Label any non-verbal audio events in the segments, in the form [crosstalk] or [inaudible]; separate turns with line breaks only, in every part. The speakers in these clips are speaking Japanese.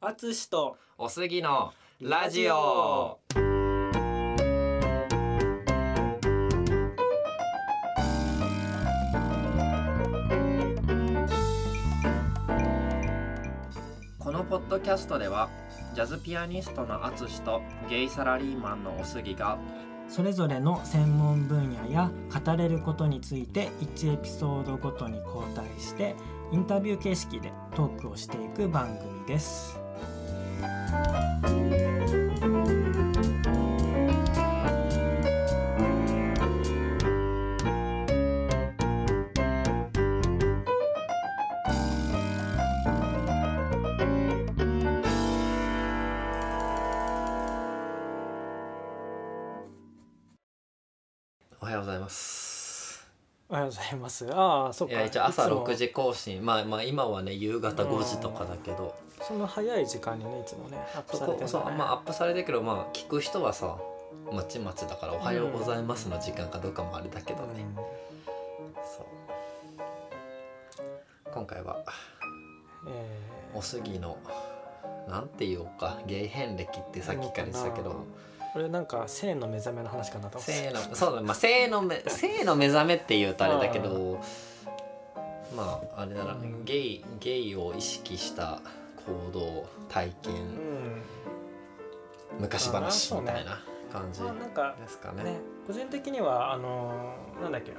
あつしと
おすぎのラジオこのポッドキャストではジャズピアニストのあつしとゲイサラリーマンのおすぎが
それぞれの専門分野や語れることについて1エピソードごとに交代してインタビュー形式でトークをしていく番組です
おはようございます
おはようございますああそっ
い
か
や一応朝
いつも
6時更新まあまあ今はね夕方5時とかだけど
その早い時間にねいつもねアップされ
そ
て
こ
るんだね
そうまあアップされてるけどまあ聞く人はさまちまちだから「おはようございます」の時間かどうかもあれだけどね、そう今回は
うんえ
おすぎのなんていうか芸変歴ってさっきから言ってたけ
なの
ど
ー、これなんか性の目覚めの話かなと思って
性のそうだねまあ性
[laughs]
の目性の目覚めっていうとあれだけ
う
どまああれだな
うん
ゲイゲイを意識した行動体
う
験
ん
昔話みたいな感じ
まあなんか
ですか
ね
ね。
個人的にはあのーなんだっけ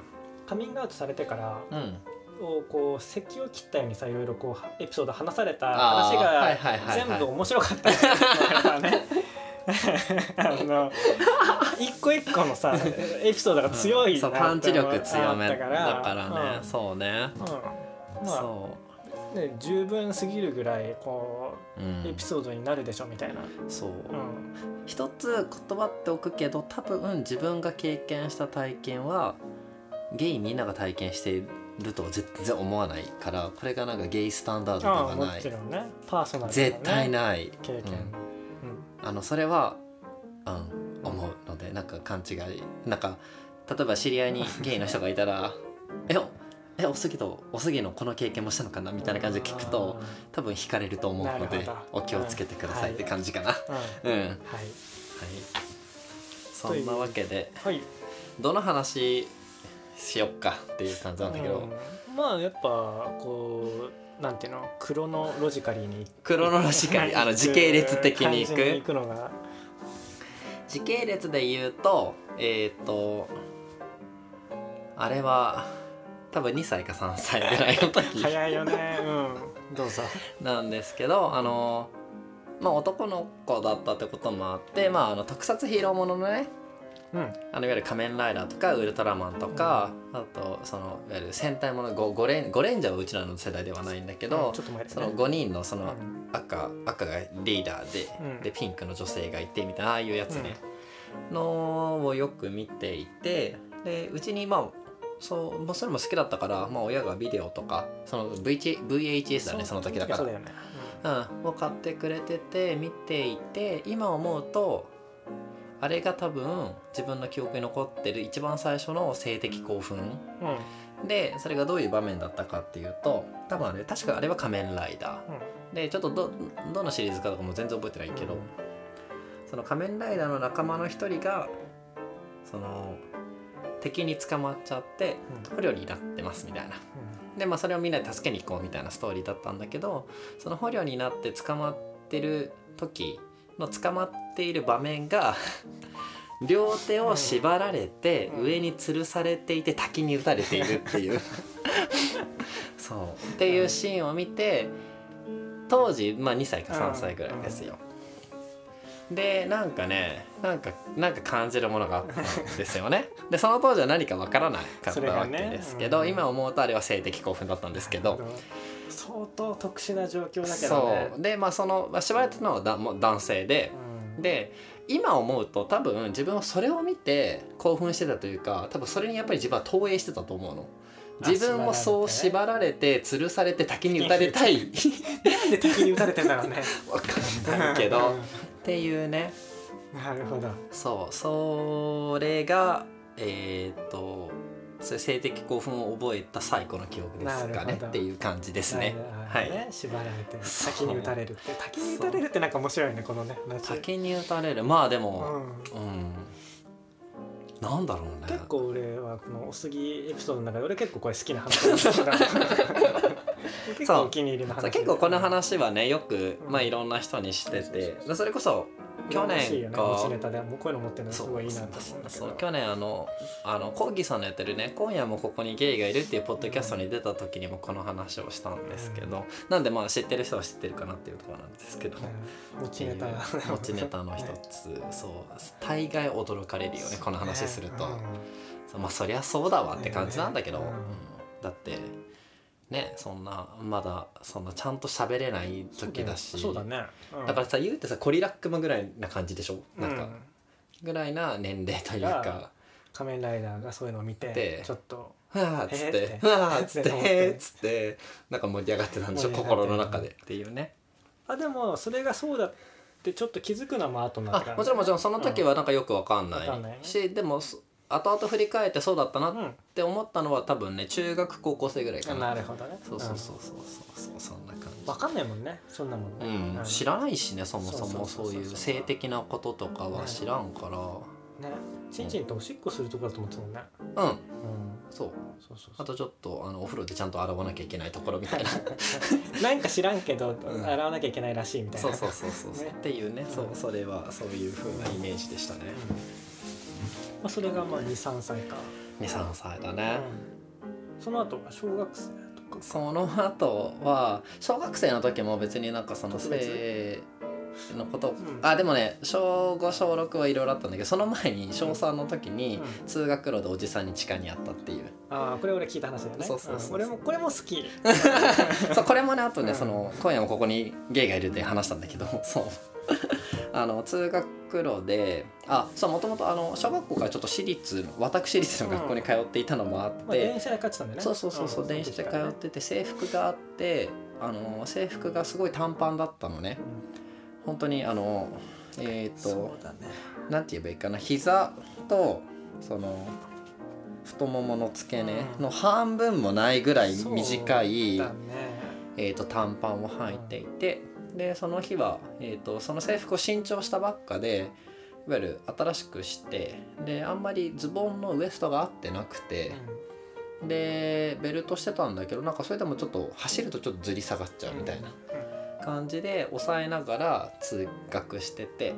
カミングアウトされてから
うん、
をこう咳を切ったようにさいろいろこうエピソード話された
あ
話
ーはい
が
はいはいはい
全部面白かったですねやっぱ
[laughs]
ねあの一個一個のさエピソードが強いな
そうパンチ力強め
だ
だ
か
かららね、そうね、
うんうんま
そ
あ、ね、十分すぎるぐらいこ
う、う
うんエピ、ソードになるでしょみたいな、
そう、
うん
一つ言葉っておくけど多分自分が経験した体験はゲイみんなが体験しているとは絶然思わないからこれがなんかゲイスタンダード
ああ
では
も
ない、
ちろんねパーソナルなね
絶対ない
経験、うん
うんあのそれは、うん、思うのでなんか勘違いなんか例えば知り合いにゲイの人がいたら [laughs] 「えおえおすぎとおすぎのこの経験もしたのかな?」みたいな感じで聞くと。多分惹かれると思うの
なる
で
ほど
お気をつけてくださいって感じかな、
あー、
うんはいそんなわけで
うん、はい、はい
どの話しよっかっていう感じなんだけど、
うんまあやっぱこうなんていうのクロノロジカリーに
クロノロジカリ
[laughs]
ーあの時系列的にい
感じに行
く
くのが
時系列で言うとえっ、とあれは多分2歳か3歳ぐらいの時
早いよねうんどうぞ
なんですけどあのまあ男の子だったってこともあって、まあ、あの特撮ヒーローもののね
うん
あのいわゆる仮面ライダーとかウルトラマンとか、あとそのいわゆる戦隊ものゴゴレンゴレンジャーはうちらの世代ではないんだけど、
ちょっと前です
そ
ね
の5人のそうの
ん
赤赤がリーダーで、
うん
でピンクの女性がいてみたいなああいうやつね、のをよく見ていてでうちにまあそうもうそれも好きだったから、まあ、親がビデオとかその VH VHS だねその時だから
そうだよね
うん、を買ってくれてて見ていて今思うとあれが多分自分の記憶に残ってる一番最初の性的興奮
うんうん
でそれがどういう場面だったかっていうと多分あれ確かあれは仮面ライダーでちょっとどどのシリーズかとかも全然覚えてないけど、
うん
その仮面ライダーの仲間の一人がその敵に捕まっちゃって捕虜になってますみたいなでまあそれをみんなで助けに行こうみたいなストーリーだったんだけどその捕虜になって捕まってる時の捕まっている場
[laughs]
面が両手を縛られて
うん
上に吊るされていて滝に打たれているっていうそうっていうシーンを見て当時、まあ、2歳か3歳ぐらいですよ。でなんかねなんかなんか感じるものがあったんですよねでその当時は何かわからなかった
それが
わけ
ね
ですけど、
うん
今思うとあれは性的興奮だったんですけ
う
ど
ん相当特殊な状況だけどね
そうでまあそのまあ縛られたのはだもう男性で
うん
で今思うと多分自分はそれを見て興奮してたというか多分それにやっぱり自分は投影してたと思うの
あ
自分もそう
縛
縛られて吊るされて滝に打たれたい
なんで敵に撃たれてんだろうね
わかんない
[laughs]
けどっていうね
うんなるほど
そうそれがえっ、とそういう性的興奮を覚えた最古の記憶ですか
なる
ね
ほど
っていう感じですね。
な
は
るほどね
い。
縛られて
そう
滝に打たれるって滝に打たれるってなんか面白いねこのね話
竹に打たれるまあで
う
も、
ん
うん、なんだろうね。
結構俺はこのおすぎエピソードの中で俺結構これ好きな話なんだ結構お気に入りの話
そう結構この話はねよく、
うん
まあ、いろんな人にして
そうそう
て
そう
でそれこそ去
らしいよね
年か
持ちネタでもうこういうの持ってるのす
そう
ごいいいなと
そ
思うんだ
う
け
そう
ど
去年あのあのコーギーさんのやってるね「今夜もここにゲイがいる」っていうポッドキャストに出た時にもこの話をしたんですけど、なんでまあ知ってる人は知ってるかなっていうところなんですけど、
うん持ちネタ
っていう持ちネタの一つ、そう大概驚かれるよねこの話すると、
ね
そうまあそりゃそうだわって感じなんだけど、
ね
うんだってねそんなまだそんなちゃんと喋れない時だし
そうだねうん
だからさ言うてさコリラックマぐらいな感じでしょ、なん
う
かぐらいな年齢というか
仮面ライダーがそういうのを見て
で
ちょっと
「ふわ」っつっ
へーっ
て
て
「ふわ」っつって「
へーって
へーっつってなんか盛り上がってたんでしょ
盛り上がって
心の中でっていうね
あでもそれがそうだってちょっと気づくのも後になって
あもちろんもちろんその時はなんかよくわかんな
わかんない
いしでもそ後々振り返ってそうだったなっ
ん
て思ったのは多分ね中学高校生ぐらいか
うん
な
なるほどね
そうそうそうそうそうそうそんな感じ
わかんないもんねそんなもんね
うん、知らないしねそもそも
そ
そう
そうそう
う
そう
いう性的なこととかは知らんから
ねちんちんっておしっこするとこだと思ってたもんね
うん
うん
そう
そうそうそ
あとちょっとあのお風呂でちゃんと洗わなきゃいけないところみたい [laughs] な
うなんか知らんけど
うん
洗わなきゃいけないらしいみたい
そ
な
うそうそうそうそう、
ね
っていうねそうそれはそういう風なイメージでしたね
うんまあそれがまあ23歳か
23歳だね、
うんその後は小学生とか
その後は小学生の時も別になんかその
特別
性のこと、
ん
あでもね小5小6はいろいろあったんだけどその前に小3の時に
うん
通学路でおじさんに地下にあったっていう
ああこれ俺聞いた話だよね
そうそうそうそうん
俺もこれも好き
そうこれもねあとね、
うん
その今夜もここにゲイがいるって話したんだけど [laughs] そうあの通学路であそうもともとあの小学校からちょっと私立の私立の学校に通っていたのもあって、
まあ電車で勝ってたんだよね
そうそうそうそう、
ん
電車で通ってて制服があってあの制服がすごい短パンだったのね本当にあのえっ、
そ
と
うだね
なんて言えばいいかな膝とその太ももの付け根の半分もないぐらい短い、
そうだね
えー、と短パンを履いていて、でその日は、えー、とその制服を新調したばっかでいわゆる新しくしてであんまりズボンのウエストが合ってなくて、でベルトしてたんだけどなんかそれでもちょっと走るとちょっとずり下がっちゃうみたいな感じで抑えながら通学してて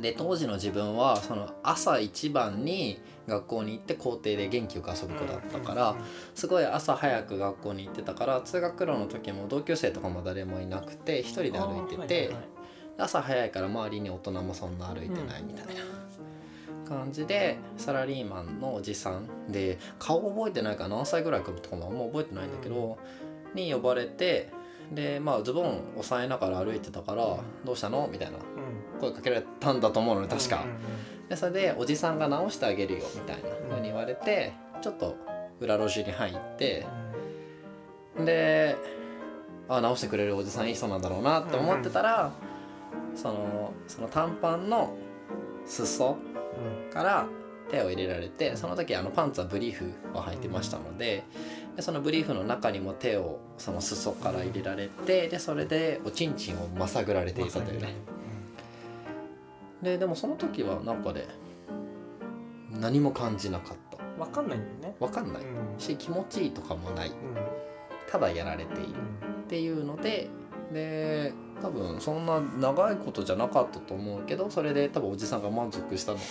で当時の自分はその朝一番に学校に行って校庭で元気よく遊ぶ子だったから。すごい朝早く学校に行ってたから通学路の時も同級生とかも誰もいなくて一人で歩いてて、朝早いから周りに大人もそんな歩いてないみたいな感じでサラリーマンのおじさんで顔覚えてないから何歳ぐらいかとかもあんま覚えてないんだけど、に呼ばれてでまあズボン押さえながら歩いてたから「どうしたの?」みたいな声かけられたんだと思うのね確か。でそれでおじさんが直してあげるよみたいな風に言われてちょっと裏路地に入ってであ直してくれるおじさんいい人なんだろうなって思ってたら、そのその短パンの裾から手を入れられてその時あのパンツはブリーフを履いてましたのででそのブリーフの中にも手をその裾から入れられてでそれでおちんちんをまさぐられていたというね。ででもその時はなんかで何も感じなかった
分かんないんだよね
わかんない
うん
し気持ちいいとかもない
うん
ただやられているっていうのでで多分そんな長いことじゃなかったと思うけどそれで多分おじさんが満足したのか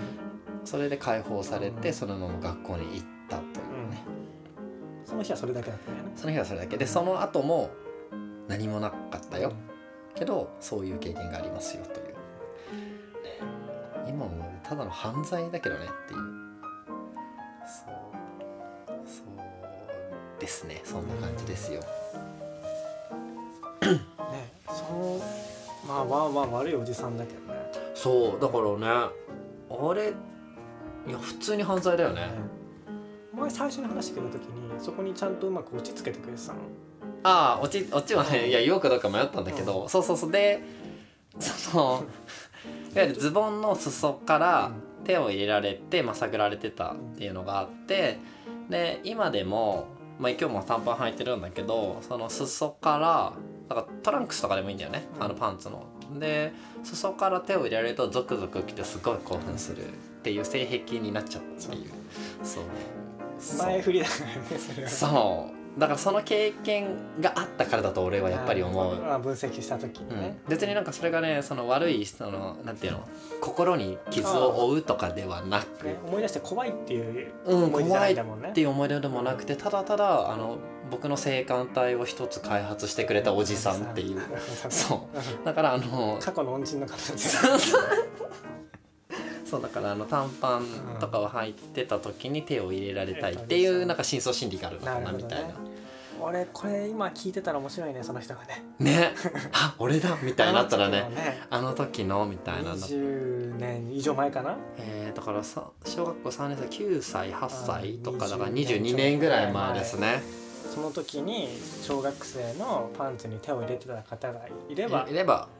[laughs]
それで解放されてそのまま学校に行ったというね
その日はそれだけだったよね
その日はそれだけでその後も何もなかったよけどそういう経験がありますよという、ね、今もただの犯罪だけどねっていうそうそうですねそんな感じですよ
ねそのまあまあまあ悪いおじさんだけどね
そうだからねあれいや普通に犯罪だよね
お前最初に話してくれた時にそこにちゃんとうまく落ち着けてくれてたの
ああオチオチはねいや言おうかどうか迷ったんだけど、 [laughs] そうそうそうでそのいわゆるズボンの裾から手を入れられて、まあ、探られてたっていうのがあってで今でも、まあ、今日も短パン履いてるんだけどその裾からなんかトランクスとかでもいいんだよねあのパンツの。で裾から手を入れられるとゾクゾクきてすごい興奮するっていう性癖になっちゃったっていうそう
前振りだからねそれは
そうだからその経験があったからだと俺はやっぱり思う
あ分析した時に
うん
ね、、
別になんかそれがねその悪い人のなんていうの心に傷を負うとかではな
ね
く、
思い出して怖いっていう
うん、
思い出じゃ
怖
ないいん
っ
だもんね
ていう思い出でもなくてただただあの僕の性感帯を一つ開発してくれたおじさんっていうそううだからあの [laughs]
ん過去の恩人の方です
そうそうだからあの短パンとかを履いてた時に手を入れられたいっていうなんか深層心理があるのかなみたいな
なるほ俺これ今聞いてたら面白いねその人がね
[laughs] ねあ俺だみたいになったら
あの
ね
人がね
あの時のみたいなの
20年以上前かな
えー、だからさ小学校3年生9歳8歳とかだから
20
22年ぐらい前ですね
その時に小学生のパンツに手を入れてた方がいれ
い
ば、
いれば [laughs]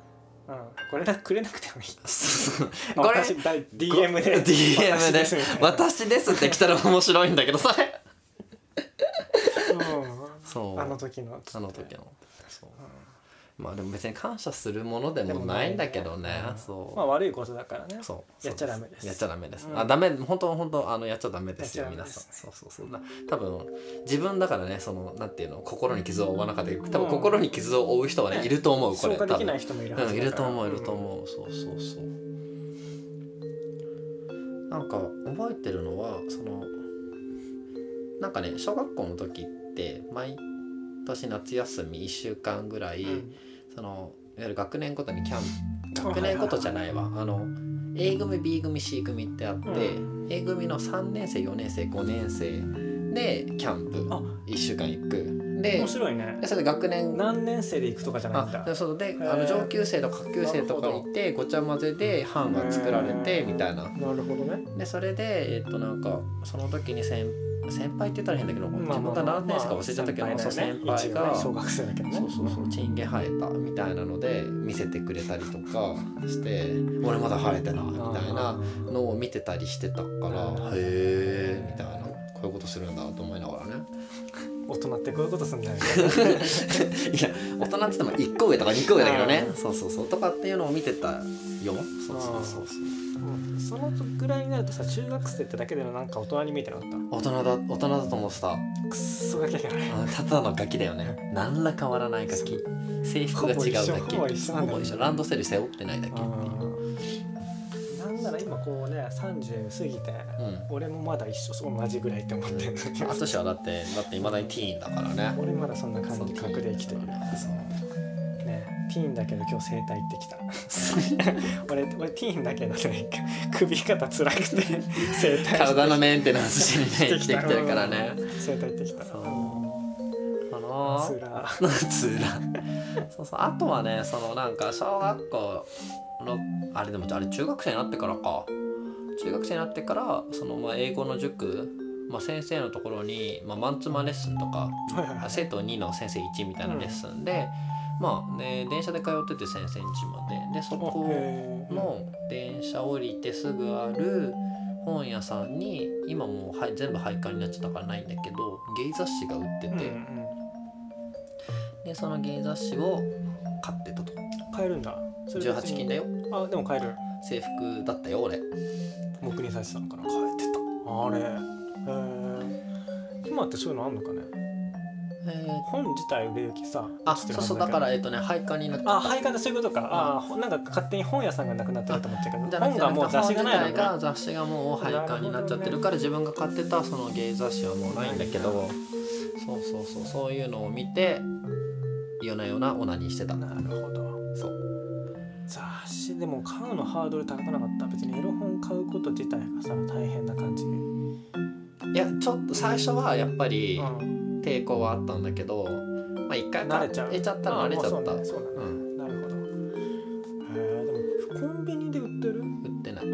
うん、これだくれなくてもいい
そうそうこれ
私だ DM で
DM
私
です「私です」って来たら面白いんだけどそれ
う
そ
ん、
う
あの時の
あの時のそうまあでも別に感謝するものでもないんだけどね
うん
そう、
まあ悪いことだからね
そうそう
やっちゃダメです
やっちゃダメです、
うん
あダメ本当本当あのやっちゃダメですよ
やっちゃダ
皆
メで
さん
す
そうそうそうな多分自分だからねそのなんていうの心に傷を負わなかったけど多
う
分
ん
心に傷を負う人はね
ね
いると思うこれ
消化
多
でき
分
ない人もいるはずだ
う
か
ん、い
ら
ると思ういると思う、そうそうそうなんか覚えてるのはそのなんかね小学校の時って毎年夏休み1週間ぐらい、
うんうん
そのいわゆる学年ごとにキャンプ
あ
学年ごとじゃないわ
は
あの A 組 B 組 C 組ってあって、
う
A 組の3年生4年生5年生でキャンプ
あ
1週間行くで
面白いね
でそれで学年
何年生で行くとかじゃないん
あ
だ
でそうで
へー
あの上級生と下級生とかいてごちゃ混ぜで班が作られ
へ
て
ー
みたいな
なるほどね
でそれでえっとなんかその時に先先輩って言ったら変だけど、自分が何年生か忘れちゃったけど、そう先
まあ
輩
先輩だよね一
が
応ね小学生だけどね
そうそうそうチンゲ生えたみたいなので見せてくれたりとかして「俺まだ生えてない」みたいなのを見てたりしてたから「へえ」みたいなこういうことするんだと思いながらね
大人ってこういうことすんだよね
いや大人って言っても1個上とか2個上だけどねそうそうそうとかっていうのを見てたよそうそうそうそう
うんそのぐらいになるとさ中学生ってだけでもなんか大人に見えてなかっ
大人だ大人だと思ってた
たくっそガキだからね
あただのガキだよね何ら変わらないガキ制服が違うだけ
ほぼ一緒ほぼ一緒なんだよね
ほぼ一緒ランドセル背負ってないだけっていう
うんなんなら今こうね30過ぎて
うん
俺もまだ一緒そう同じぐらいって思ってんのに
淳はだってだっていまだにティーンだからね
俺まだそんな感じ覚で生きてるねティーンだけど今日整体行ってきた
そう [laughs]
俺俺ティーンだけどね首肩辛くて整体
体のメンテナンスしにね生
して
き
き
て
た
きてるからね
整体行ってきた
そう
う
かな
つら
つらそうそうあとはねそのなんか小学校のあれでもあれ中学生になってからか中学生になってからそのまあ英語の塾、まあ、先生のところに、まあ、マンツーマンレッスンとか
はいはいはい
生徒2の先生1みたいなレッスンで、まあね電車で通ってて先生んちまででそこ
へー
の電車降りてすぐある本屋さんに今もうはい全部廃刊になっちゃったからないんだけどゲイ雑誌が売って
うんう
て、
ん
でそのゲイ雑誌を買ってたと
買えるんだそれ別に
18金だよ
あでも買える
制服だったよ俺買
僕にさせたのかな
えてた
あれへえ今ってそういうのあんのかね
えー
本自体売れ行きさ
あ
落ちて
そ
る
う
はず
そうだ
けど
からえっ、とね廃刊になっちゃ
あ
った
配管ってそういうことか、ああほなんか勝手に本屋さんがなくなってると思ってたけ
じ
ど
ゃなく
本
て
がもう雑誌がないの
本自体
ね
が雑誌がもう廃刊になっちゃってるから自分が買ってたそのゲイ雑誌はもうないんだけどそうそうそうそういうのを見て夜な夜なオナニーしてた
なるほど
そう
雑誌でも買うのハードル高くなかった別にエロ本買うこと自体がさ大変な感じ、うん、
いやちょっと最初はやっぱり
慣
抵抗はあったんだけどまあ一回
れちゃう
えちゃったら慣れちゃ
あー
った
まあ
う
そうだねそうだね、
ん
なるほどへえでもコンビニで売ってる
売ってない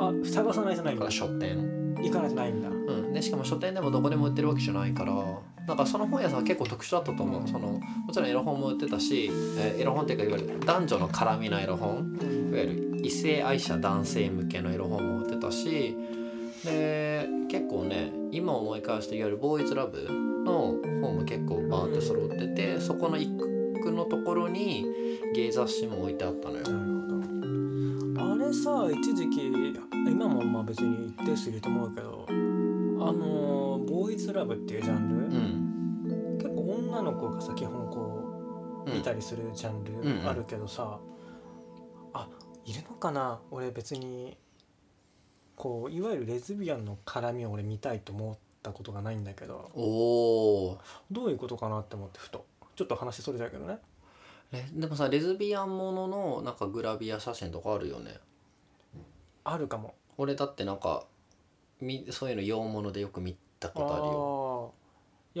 あ探さないじゃないんだ
だから書店
行かないじゃないんだ
うんでしかも書店でもどこでも売ってるわけじゃないからだからその本屋さんは結構特殊だったと思
うん
うそのもちろんエロ本も売ってたしえーエロ本っていうかいわゆる男女の絡みのエロ本いわゆる異性愛者男性向けのエロ本も売ってたしで結構ね今思い返していわゆる「ボーイズラブ」の本も結構バーって揃っててそこの一角のところに芸雑誌も置いてあったのよ。
あれさ一時期今もまあ別に一定数いると思うけどあのボーイズラブっていうジャン
う
ル、
ん
結構女の子がさ基本こ
う
うん見たりするジャン
うんうん
ルあるけどさ、あいるのかな俺別にこういわゆるレズビアンの絡みを俺見たいと思ったことがないんだけど
おー
どういうことかなって思ってふとちょっと話それちゃうけどね
レでもさレズビアンもののなんかグラビア写真とかあるよね
あるかも
俺だってなんかみそういうの洋物でよく見た
あ
ことあるよ、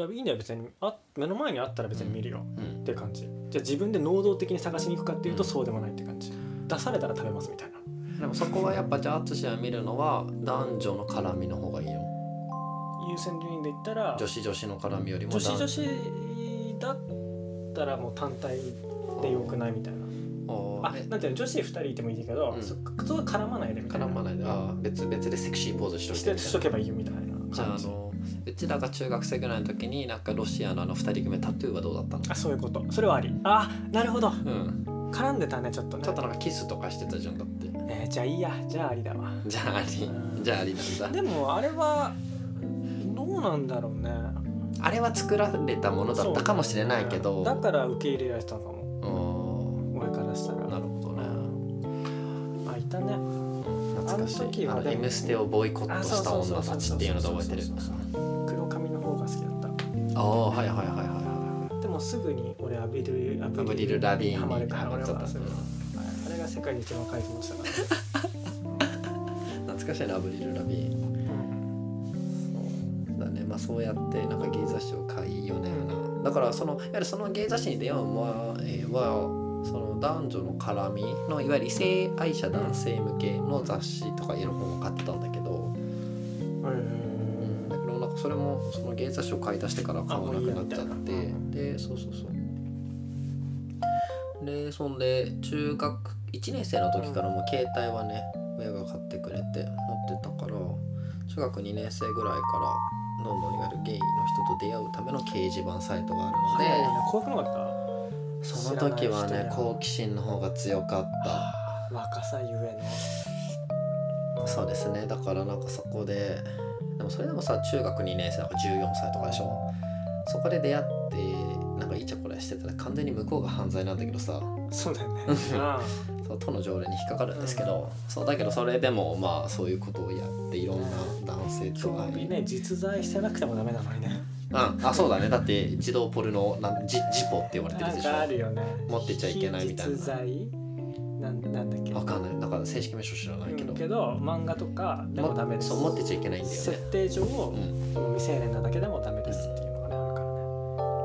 あーいやいいんだよ別にあ目の前にあったら別に見るよ、
うん
っ、ていう感じじゃあ自分で能動的に探しに行くかっていうと
うん
そうでもないって感じ出されたら食べますみたいな
でもそこはやっぱじゃあ淳が見るのは男女の絡みの方がいいよ
優先順位で言ったら
女子女子の絡みよりも
女子
男
女子だったらもう単体でよくないみたいな
あ
あ
ーえ
なんていうの女子2人いてもいいけど、
うん
そそこは絡まないでみたいな
絡まないであー別々でセクシーポーズしとい
してて
みたいな
しとけばいいよみたいな
じゃあ
感
あ
じ
のうちらが中学生ぐらいの時になんかロシアのあの2人組タトゥーはどうだったの
あそういうことそれはありあなるほど
うん
絡んでたねちょっとね
ちょっとなんかキスとかしてたじゃんだって
えーじゃあいいやじゃあありだわ
じゃあありじゃあありなん
で
だ
もあれはどうなんだろうね
あれは作られたものだったかもしれないけど
だから受け入れられてたかも
うーん
俺からしたら
なるほどね
あいたね
懐かし
あの時
いあ
は
の「
でも
M ステ」をボイコットした女たちっていうので覚えてる
あそうそうそう黒髪の方が好きだっ
ああはいはいはいはいは
たでもすぐに俺アビリルア
いアブリル・ラビーン
ハマる
に
から
ハマ
俺
っちゃっ
は
た
それはあれが世界で一番若いと思ってたか
懐かしいなアブリル・ラビーン [laughs]
ら、
そうだねまあそうやってなんか芸雑誌を買いよねなだからそのいわゆるその芸雑誌に出会う前はその男女の絡みのいわゆる異性愛者男性向けの雑誌とかいうの本を買ってたんだけど、
うん
だけどなんかそれもその芸雑誌を買い出してから買わなくなっちゃ
あ
っ
もうい
て
いやみたいな
でそうそうそうでそんで中学1年生の時からもう携帯はね親が買ってくれて持ってたから中学2年生ぐらいからどんどんいわゆるゲイの人と出会うための掲示板サイトがある
早いね
の
怖くなかっ
でその時は
知らない
ね
人や
好奇心の方が強かった。
た若さゆえ
そうですねだからなんかそこででもそれでもさ中学2年生だから14歳とかでしょそこで出会ってなんかイチャコラしてたら完全に向こうが犯罪なんだけどさ
のそうだよね
そう都の条例に引っかかるんですけど、そうだけどそれでもまあそういうことをやっていろんな男性と
興
会い、
味ね実在してなくてもダメなのにね
うん、あそうだねだって児童ポルノなんジジポって呼ばれて
な
る
ん
でしょ
かあるよね
持ってちゃいけないみたいな
非実在なんなんだっけ
わかんないだから正式名称知らない
う
けど,
ん
も、
けど漫画とかでもダメです
そう持ってちゃいけないんだよ
設
ね、
定上
う
も
ん
未成年なだけでもダメですっていうのがねあるからね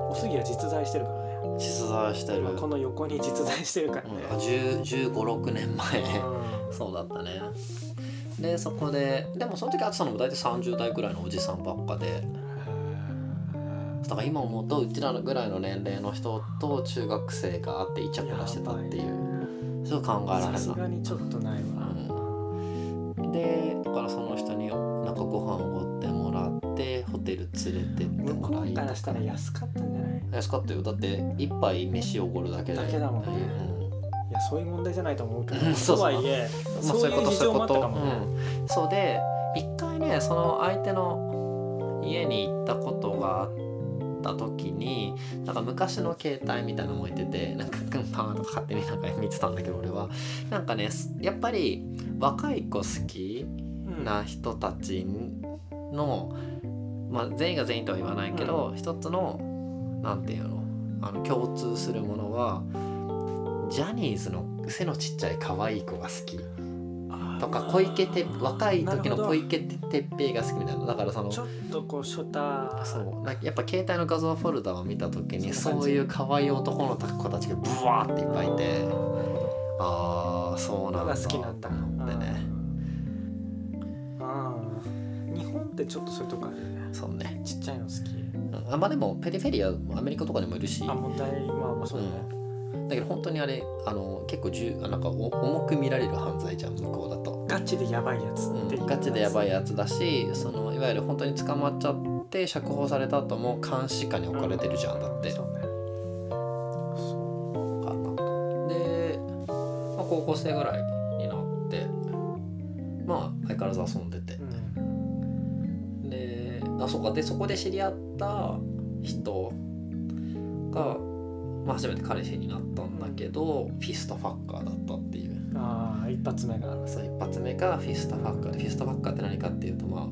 おすぎは実在してるからね、
実在してる、
まあこの横に実在してるからね、
うん、1 5 6年前そうだったねでそこででもその時あつさんのも大体30代ぐらいのおじさんばっかで
うん
だから今思うとうちらのぐらいの年齢の人と中学生があってイチャコラしてたっていうそう考えら
さ
れ
す
る
がにちょっとないわ、
なでだからその人になんかご飯おごってもらってホテル連れてって
向
も
こ
ら
う
い
からしたら安かったんじゃないい
安かったよだって一杯飯おごるだけで
だけだもんね
うん
やそういう問題じゃないと思うけど
うんそうそう
とはいえ
まあ、
そういう事情もあったかも
そういうこと
ね、
うん、そうで一回ねその相手の家に行ったことがあった時になんか昔の携帯みたいなの置いててなんかパーンとか勝手になんか見てたんだけど俺はなんかねすやっぱり若い子好き
うん
な人たちの、まあ、全員が全員とは言わないけど、一つのなんていうのあの共通するものはジャニーズの背のちっちゃい可愛い子が好きとか小池て若い時の小池徹平が好きみたいなだからその
ちょっとこうショタ
そうなんかやっぱ携帯の画像フォルダを見た時に
そんな感じ
そういう可愛い男の子たちがブワーっていっぱいいてああそうなんだ
が好きなんだ
と思ってね
あー日本ってちょっとそういうとこあるよね
そうね
ちっちゃいの好き
うんあんまあでもペリフェリアアメリカとかでもいるし
あ問題まあまあそうだね、
うんだけど本当にあれあの結構重なんかお重く見られる犯罪じゃん向こうだと、
ガチでやばいやつっていうう、
ん、ガチでやばいやつだしそのいわゆる本当に捕まっちゃって釈放された後も監視下に置かれてるじゃんだって
そうねそ
かなとで、まあ、高校生ぐらいになってまあ相変わらず遊んでて
う、うん、
であそうかでそこで知り合った人が、まあ、初めて彼氏になったんだけど、フィストファッカーだったっていう
ああ一発目が
そう一発目がフィストファッカーでフィストファッカーって何かっていうとまあ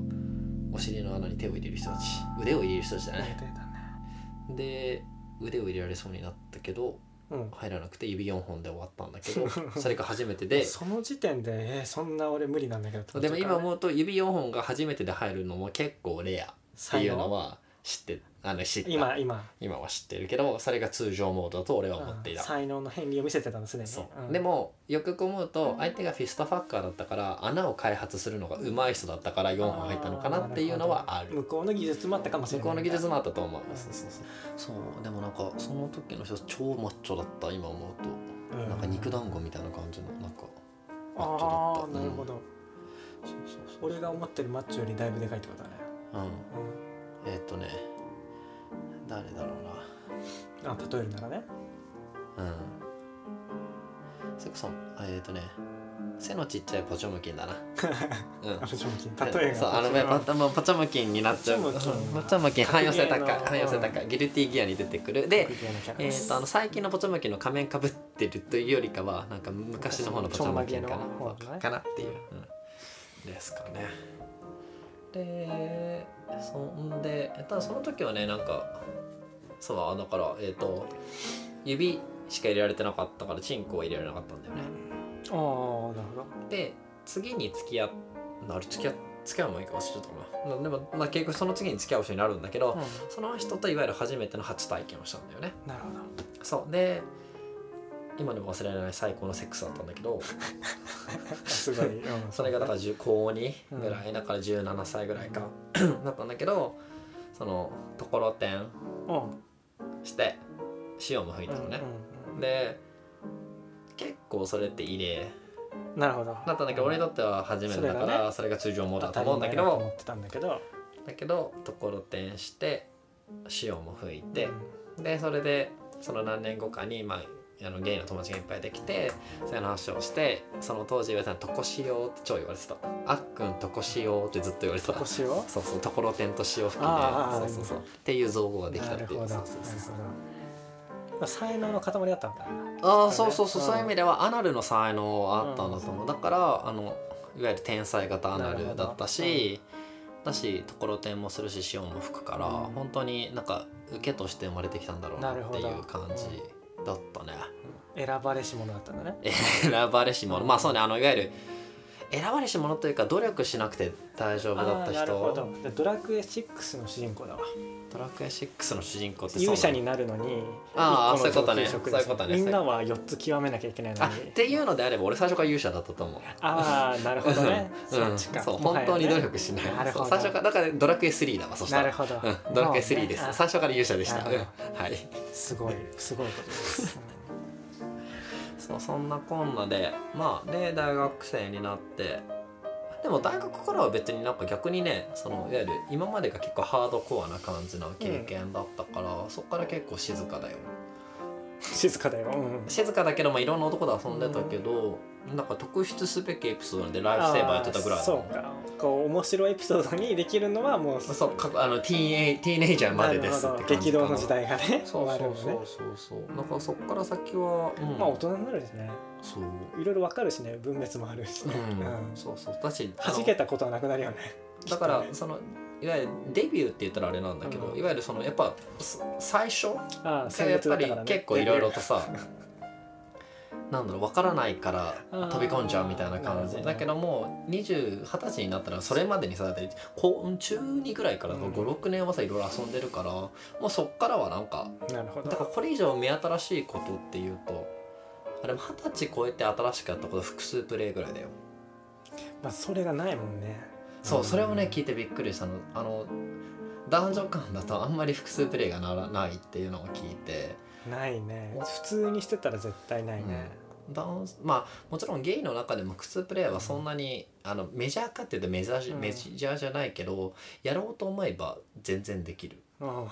お尻の穴に手を入れる人たち腕を入れる人たちだ
出
ね
たね
で腕を入れられそうになったけど
うん
入らなくて指4本で終わったんだけ [laughs] ど [laughs] それが初めてで
その時点でえーそんな俺無理なんだけどってこ
そう
と
で
か
も今思うと指4本が初めてで入るのも結構レアっていうのは知ってあの知った
今今
今は知ってるけどそれが通常モードだと俺は思ってい
うん
た、
才能の片鱗を見せてたんですね
そう、
ん
でもよくよく思うと相手がフィストファッカーだったから穴を開発するのが上手い人だったから4本入ったのかなっていうのはある
向こうの技術もあったかもしれない
向こうの技術
も
もあったと思うそうそうそうそうでもなんかその時の人超マッチョだった今思うと、なんか肉団子みたいな感じのなんかマッチョだ
あ
っ
あ
た
なるほど
うんそうそうそう
俺が思ってるマッチョよりだいぶでかいってことだね
うんえーっ、とね誰だろうな
うんあ例えるならね
うんそれこそあえっ、とね背のちっちゃいポチョムキンだな [laughs] うん
あの正直例えが
そうあのねパタまあポチョムキンになっちゃう
ポ
ポ
チョムキン
チョムキン汎用性高い
格ゲーの
汎用性高いギルティギアに出てくるでえー、とあの最近のポチョムキンの仮面かぶってるというよりかはなんか昔の方のポチョムキンか
ちょんまげの方だ
な
ね
かなっていう、うんですかねでそんでただその時はねなんかそうあだからえっ、と指しか入れられてなかったからチンコは入れられなかったんだよね
ああーなるほど
で次に付き合っあれ付き合付き合うもいいか忘れちゃったかななでも、まあ、結局その次に付き合う人になるんだけど、
う
その人といわゆる初めての初体験をしたんだよね
んなるほど
そうで今でも忘れられない最高のセックスだったんだ
[laughs]
けど
すごい、
[laughs] それがだからら10高2ぐらい、だから17歳ぐらいかだったんだけどそのところてん
うん
して塩も吹いたのね、で結構それって異例
うんなるほど
だったんだけど俺にとっては初めてだか
それが
らそれが通常モー
当
ドだと
た
思う
り
ん
前
だけ
だと
ど
思ってたんだけど
だけどところてんして塩も吹いて、でそれでその何年後かに、まあ、あのゲイの友達がいっぱいできてそういう話をしてその当時言われたの「とこしよう」って超言われてた「あっくんとこしよう」ってずっと言われてた
腰を
そうそうところてんと塩吹きで
あーあー
そうそうそうっていう造語ができたってい
な
う
るほど
そうそうそう
なるほど才能の塊だったんだ
ああそうそうそう、
うん
そういう意味ではアナルの才能はあったんだと思う、だからあのいわゆる天才型アナルだった
なる
し、だしところてんもするし潮も吹くから、
うん
本当になんか受けとして生まれてきたんだろうな
なるほ
っ
ど
ていう感じだったね、
選ばれし者だったんだね
選ばれし者まあそうねあのいわゆる選ばれし者というか努力しなくて大丈夫だっ
あー
た
なるほ
人
どでドラクエ6の主人公だわ
ドラクエ6の主人公ってそうなの
勇者になるのに
あ
一個の
ーそういうことね
上級職です
そういうことね
みんなは4つ極めなきゃいけないの
あっ
に
ていうのであれば俺最初から勇者だったと思う
ああなるほどね
うん
そっちか
そう
もは
本
やね
当に努力しない
なるほ
そ
ど
う最初からだからドラクエ3だわそした
なる
ら
ほど
うんドラクエ3です
もうね
最初から勇者でした
な
うん
る
は
ほ
い
あすごいすごいことです
そうそんなこんなでまあで大学生になってでも大学からは別になんか逆にねそのいわゆる今までが結構ハードコアな感じの経験だったから、そこから結構静かだよ
静かだようん
静かだけど、まあ、いろんな男と遊んでたけど、なんか特筆すべきエピソードでライフセーバーやってたぐらい
あー
の
そうかこう面白いエピソードにできるのはもう
そうかあのティーンエイティーンエイジャーまでです
な
っ
るほど
て感
激
じかな
動の時代がね終
そう
わ
そ
るの
うそ
ね
うそうそうだからそっから先は、うん
まあ大人になるですね
そう、
いろいろわかるしね分別もあるし
う
ね
ん
うん
そうそうだしあの
弾けたことはなくなるよね
だか
き
ら
っとね
そのいわゆるデビューって言ったらあれなんだけど、
うん
いわゆるそのやっぱす最初
ああ
やっぱり結構いろいろと
さ
さ [laughs] なんだろう分からないから飛び込んじゃうみたいな感
あ
じ
ー
だけどもう20 20歳になったらそれまでにさだってこ中2ぐらいから
うん
56年はさいろいろ遊んでるからもうそっからはなんか
なるほ
だから
ど
これ以上目新しいことっていうとあれも二十歳超えて新しくやったこと複数プレイぐらいだよ、
まあそれがないもんね
そうそれをね
ん
聞いてびっくりしたのあの男女間だとあんまり複数プレイがならないっていうのを聞いて
ないね普通にしてたら絶対ないね、
男まあもちろんゲイの中でも靴プレーはそんなに、あのメジャーかって言うとメジャーじ、
うん
メジャーじゃないけどやろうと思えば全然できる、
うん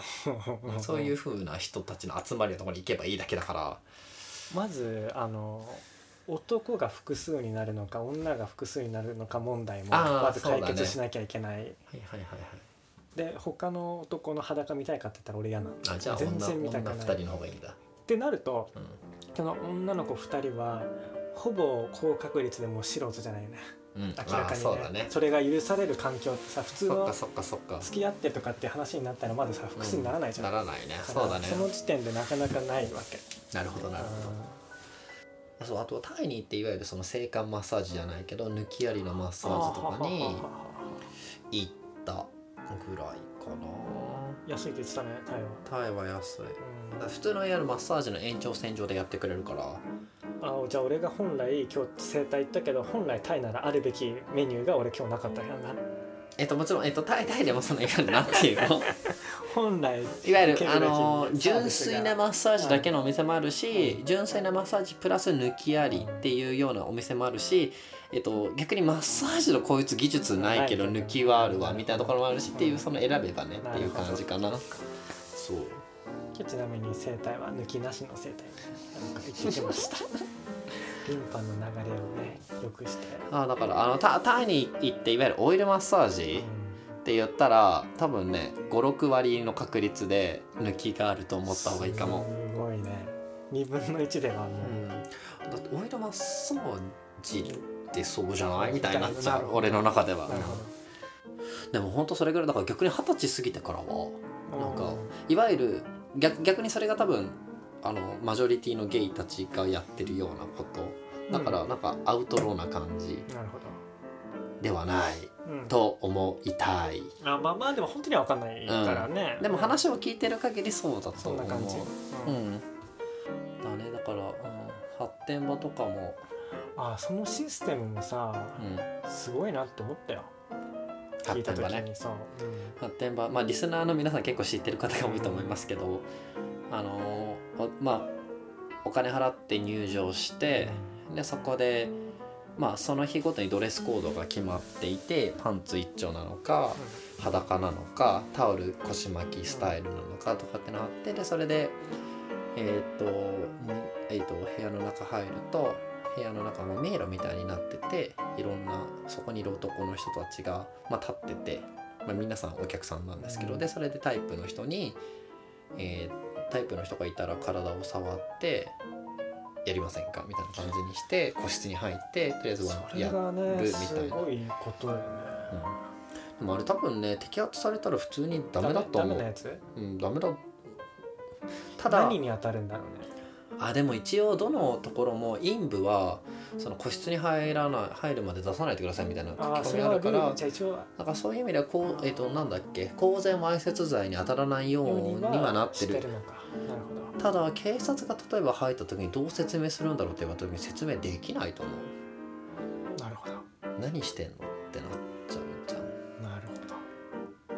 [laughs] そういうふうな人たちの集まりのところに行けばいいだけだから
まずあの男が複数になるのか女が複数になるのか問題も
あー
まず解
そうだ
決
ね
しなきゃいけない、
はいはいはいはい
で他の男の裸見たいかって言ったら俺嫌なの
あじゃあ
全
女
然見たく
女
ない
2人の方がいいんだ、
ってなると
うん、
その女の子2人はほぼ高確率でもう素人じゃないよね
うん、
明ら
あ
か
ー
に
そう
ね
だね
それが許される環境ってさ普通
そっ
の
かそっかそっか
付き合ってとかって話になったらまずさ複数にならないじゃん、
ならないねそうだね
その時点でなかなかないわけ
なるほどなるほどあそうあとタイに行っていわゆるその性感マッサージじゃないけど抜きありのマッサージとかに行ったぐらいかな
安いって言ってたねタイは
タイは安いだから
う
普通のやるマッサージの延長線上でやってくれるから
んあじゃあ俺が本来今日整体行ったけど本来タイならあるべきメニューが俺今日なかったからな
えっともちろん、えっと、タイタイでもそのいわゆるなんていうの
本来
いわゆ
受け
る
る
あ
べき
の
サー
純
ビス
粋
が
なマッサージだけのお店もあるし、純粋なマッサージプラス抜きありっていうようなお店もあるし、えっと、逆にマッサージのこいつ技術ないけど
ないけど
抜きはあるわみたいなところもあるしっていううんその選べばねっていう感じかなそう
今日ちなみに整体は抜きなしの整体なんか行ってきました
[laughs]
リンパの流れをね良くして、
あだからあのタタイに行っていわゆるオイルマッサージ
う
って言ったら多分ね56割の確率で抜きがあると
ん
思った方がいいかも。
すごいね2分の1ではも
うん、だってオイルマッサージってそうじゃないみたいになっち
な
ゃ
る
う
ほど
俺の中では
う、なるほ
でも本当それぐらいだから逆に二十歳過ぎてからは
ど
なんかいわゆる逆逆にそれが多分あのマジョリティのゲイたちがやってるようなことだか、らなんかアウトローな感じ
うんなるほ
ではない
ど、うん
と思いたい
あまあまあでも本当には分かんないからね、
でも話を聞いてる限りそうだと
そん
思
な
う
感じ、
う
うん
んだねだから、うん、発展場とかも、
あそのシステムもさ、
うん、
すごいなって思ったよ聞
発
いた
展
時
場ね
にさ、
発展場まあリスナーの皆さん結構知ってる方が多いと思いますけどあのーおまあお金払って入場してでそこでまあその日ごとにドレスコードが決まっていてパンツ一丁なのか裸なのかタオル腰巻きスタイルなのかとかってのがあってでそれでえーっ、と,、えーっと部屋の中入ると部屋の中も迷路みたいになってていろんなそこにいる男の人たちが、まあ、立ってて、まあ、皆さんお客さんなんですけどでそれでタイプの人に、えータイプの人がいたら体を触ってやりませんかみたいな感じにして個室に入ってとりあえず
うん
ワン
そ
や
れが
る
ね
みたいな
すごいことよね、
うんでもあれ多分ね摘発されたら普通にダメだと
ダ
思
メなや
う。
つ
うん、ダメだただ
何に当たるんだろうね
あでも一応どのところも陰部はその個室に入らない入るまで出さないでくださいみたいな書き
ああ
込
そ
み
れ
あ
は
る
ル
か
ー
ら
ルじゃあ一応
だからそういう意味ではこうえっ、となんだっけ公然わいせつ罪に当たらないようにはなって
知
る
ってるのかなるほど
ただ警察が例えば入った時にどう説明するんだろうって言われた時に説明できないと思う
なるほど
何してんのってなっちゃうじゃん
なるほ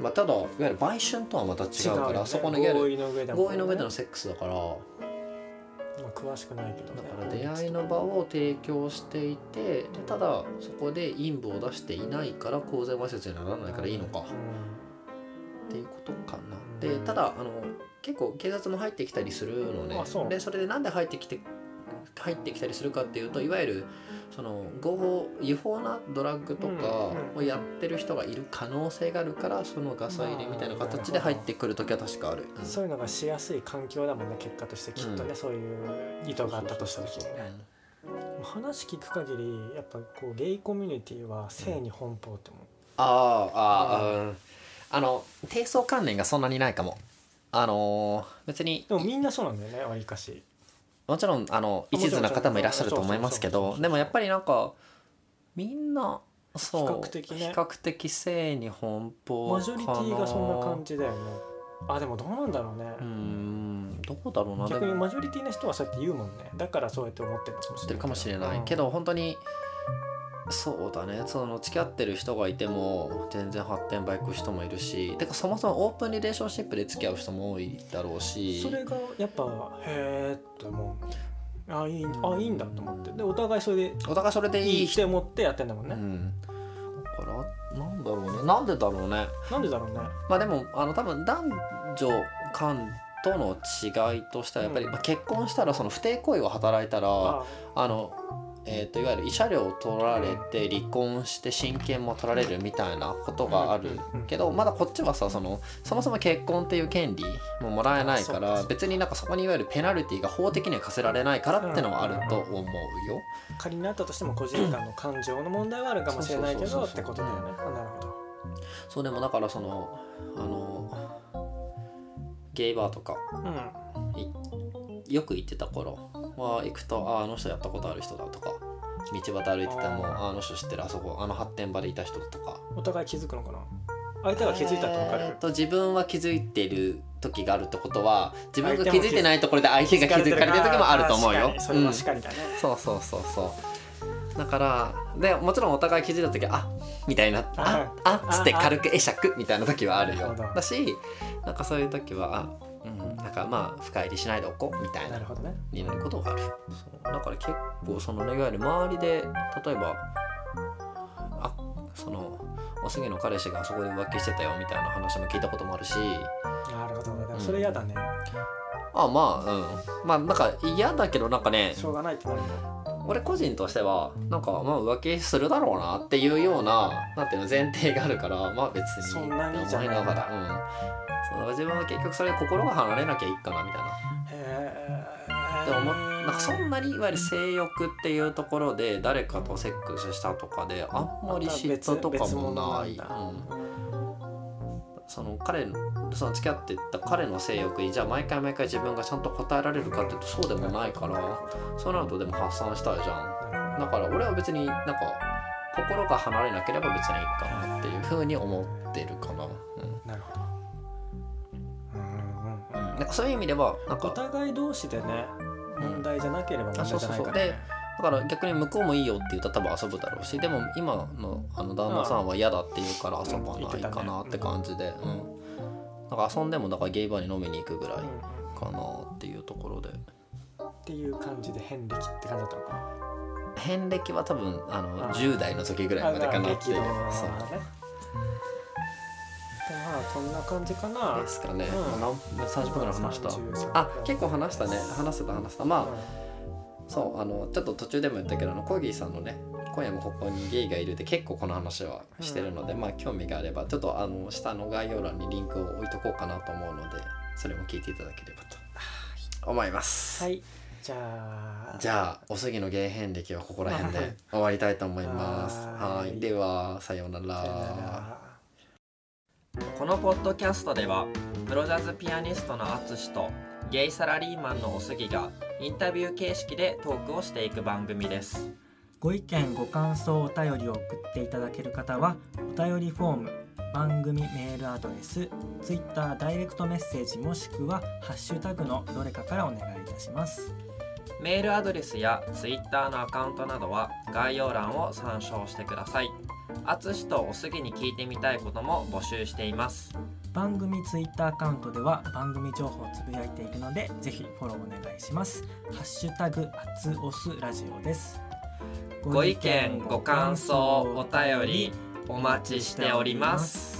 まあただいわゆる売春とはまた違う
ど
か
違う
ら
よね
そこのいわゆる
合意の上だもん
合意の上でのセックスだから
まあ詳しくないけどね
だから出会いの場を提供していてでただそこで陰部を出していないから公然わいせつにならないからいいのか
う
っていうことかな
うん
でただあの結構警察も入ってきたりするのね
あそう
でそれでなんで入ってきて入ってきたりするかっていうといわゆるその合法違法なドラッグとか
うんうん
をやってる人がいる可能性があるからそのガサ入れみたいな形で入ってくる時は確かある。うん
んそういうのがしやすい環境だもんね結果としてきっとね、
うん
そういう意図があったとした時にね話聞く限りやっぱこうゲイコミュニティは性に奔放って思う、
あーあ
う
ーうんあの低層関連がそんなにないかもあのー別に
でもみんなそうなんだよねわりかし
もちろんあの
あもちろん
一途な方もいらっしゃると思いますけ
そうそうそう
ど
そう
でもやっぱりなんかみんなそう
比較的ね
比較的性に奔放
マジョリティがそんな感じだよねあでもどうなんだろうね、
うーんどうだろうなで
逆に
も
マジョリティの人はそうやって言うもんねだからそうやって思ってるのかもしれない
ってるかもしれないけど本当にそうだねその付き合ってる人がいても全然発展ばいく人もいるしてかそもそもオープンリレーションシップで付き合う人も多いだろうし
それがやっぱへえって思うあいいあいいんだと思ってでお互いそれ
お互いそれ
で
で
い
い
い
い
っ
人
て思ってやってんだもんね、
うんだからなんだろうねなんでだろうね
なんでだろうね
まあでもあの多分男女間との違いとしてはやっぱり、
うん
まあ、結婚したらその不貞行為を働いたらあ
あ
の、えー、といわゆる慰謝料を取られて離婚して親権も取られるみたいなことがある
うんうん
けどまだこっちはさそのそもそも結婚っていう権利ももらえないか
あそう
ら
か
別になんかそこにいわゆるペナルティが法的には課せられないからってのはあると思うよ。
仮になったとしても個人間の感情の問題はあるかもしれないけ
そう
どっ
そうそうそ
て
う
ことだよね、あなるほど
そうでもだからそのあのゲイバーとか
うん
よく行ってた頃は行くとああの人やったことある人だとか道端歩いてても
あ
ああの人知ってるあそこあの発展場でいた人だとか
お互い気づくのかな相手が気づいたって分かる、
えーっと自分は気づいてる時があるってことは自分
相
が気
手も気づ
づいてないところで相手が気づかれてる時もあると思うよ
確かにそれはしかりだね、
うんそうそうそうそうだからでもちろんお互い気づいた時はあみたいなああっつって軽く会釈みたいな時はある
なる
よ
ほど
だしなんかそういう時はあうん、なんかまあ深入りしないでおこうみたい
な
な
るほどね
になることがあるそうだから結構そのねいわゆる周りで例えばあそのおすぎの彼氏があそこで浮気してたよみたいな話も聞いたこともあるし
なるほどねだからそれ嫌だね、
あまあうんまあなんか嫌だけどなんかね
しょうがないってなるね
俺個人としてはなんかまあ浮気するだろうなっていうようななんていうの前提があるからまあ別に
そんなにじゃない
思がらうんそうだから自分は結局それで心が離れなきゃいいかなみたいな
へ
っ
え
て思っなんかそんなにいわゆる性欲っていうところで誰かとセックスしたとかであんまり嫉妬とかもない、
また別別物なんだ
うんその彼のその付き合ってた彼の性欲にじゃあ毎回毎回自分がちゃんと答えられるかっていうとそうでもないか
なる
ら
ほど
そうなるとでも発散したいじゃ
なるほ
んだから俺は別になんか心が離れなければ別にいいかなっていうふうに思ってるかな、うん
どなるほどうんうんうん
うん、なんかそういう意味ではなん
お
か
互い同士でね
うん
問題じゃなければ問題じゃないから、ね
だから逆に向こうもいいよって言ったら多分遊ぶだろうしでも今のあの旦那さんは嫌だって言うから遊ばないかなって感じで、うん、だから遊んでもだからゲイバーに飲みに行くぐらい
うん
かなっていうところで
っていう感じで遍歴って感じだったのかな
遍歴は多分あ
あ
の
ー
10代の時ぐらいまでかなっ
激
ていう
動のね
そう
でまあこんな感じかな
ですかね、
うん
まあ何30分ぐらい話した
33
あ結構話したね話せた話せたまあそうあのちょっと途中でも言ったけどあのコーギーさんのね今夜もここにゲイがいるで結構この話はしてるので、まあ興味があればちょっとあの下の概要欄にリンクを置いとこうかなと思うのでそれも聞いていただければと思います、
はいじゃあ
じゃあおすぎのゲイ遍歴はここら辺で終わりたいと思います
は
はいいではさような
さよな
ら
ら
このポッドキャストではプロジャズピアニストの淳とゲイサラリーマンのおすぎがインタビュー形式でトークをしていく番組です
ご意見ご感想お便りを送っていただける方はお便りフォーム番組メールアドレス Twitter ダイレクトメッセージもしくは「ハッシュタグのどれかからお願いいたします
メールアドレスやツイッターのアカウントなどは概要欄を参照してください淳とおすぎに聞いてみたいことも募集しています
番組 Twitter アカウントでは番組情報をつぶやいているのでぜひフォローお願いします「ハッシュタグあつおすラジオ」です
ご意見ご感想お便りお待ちしております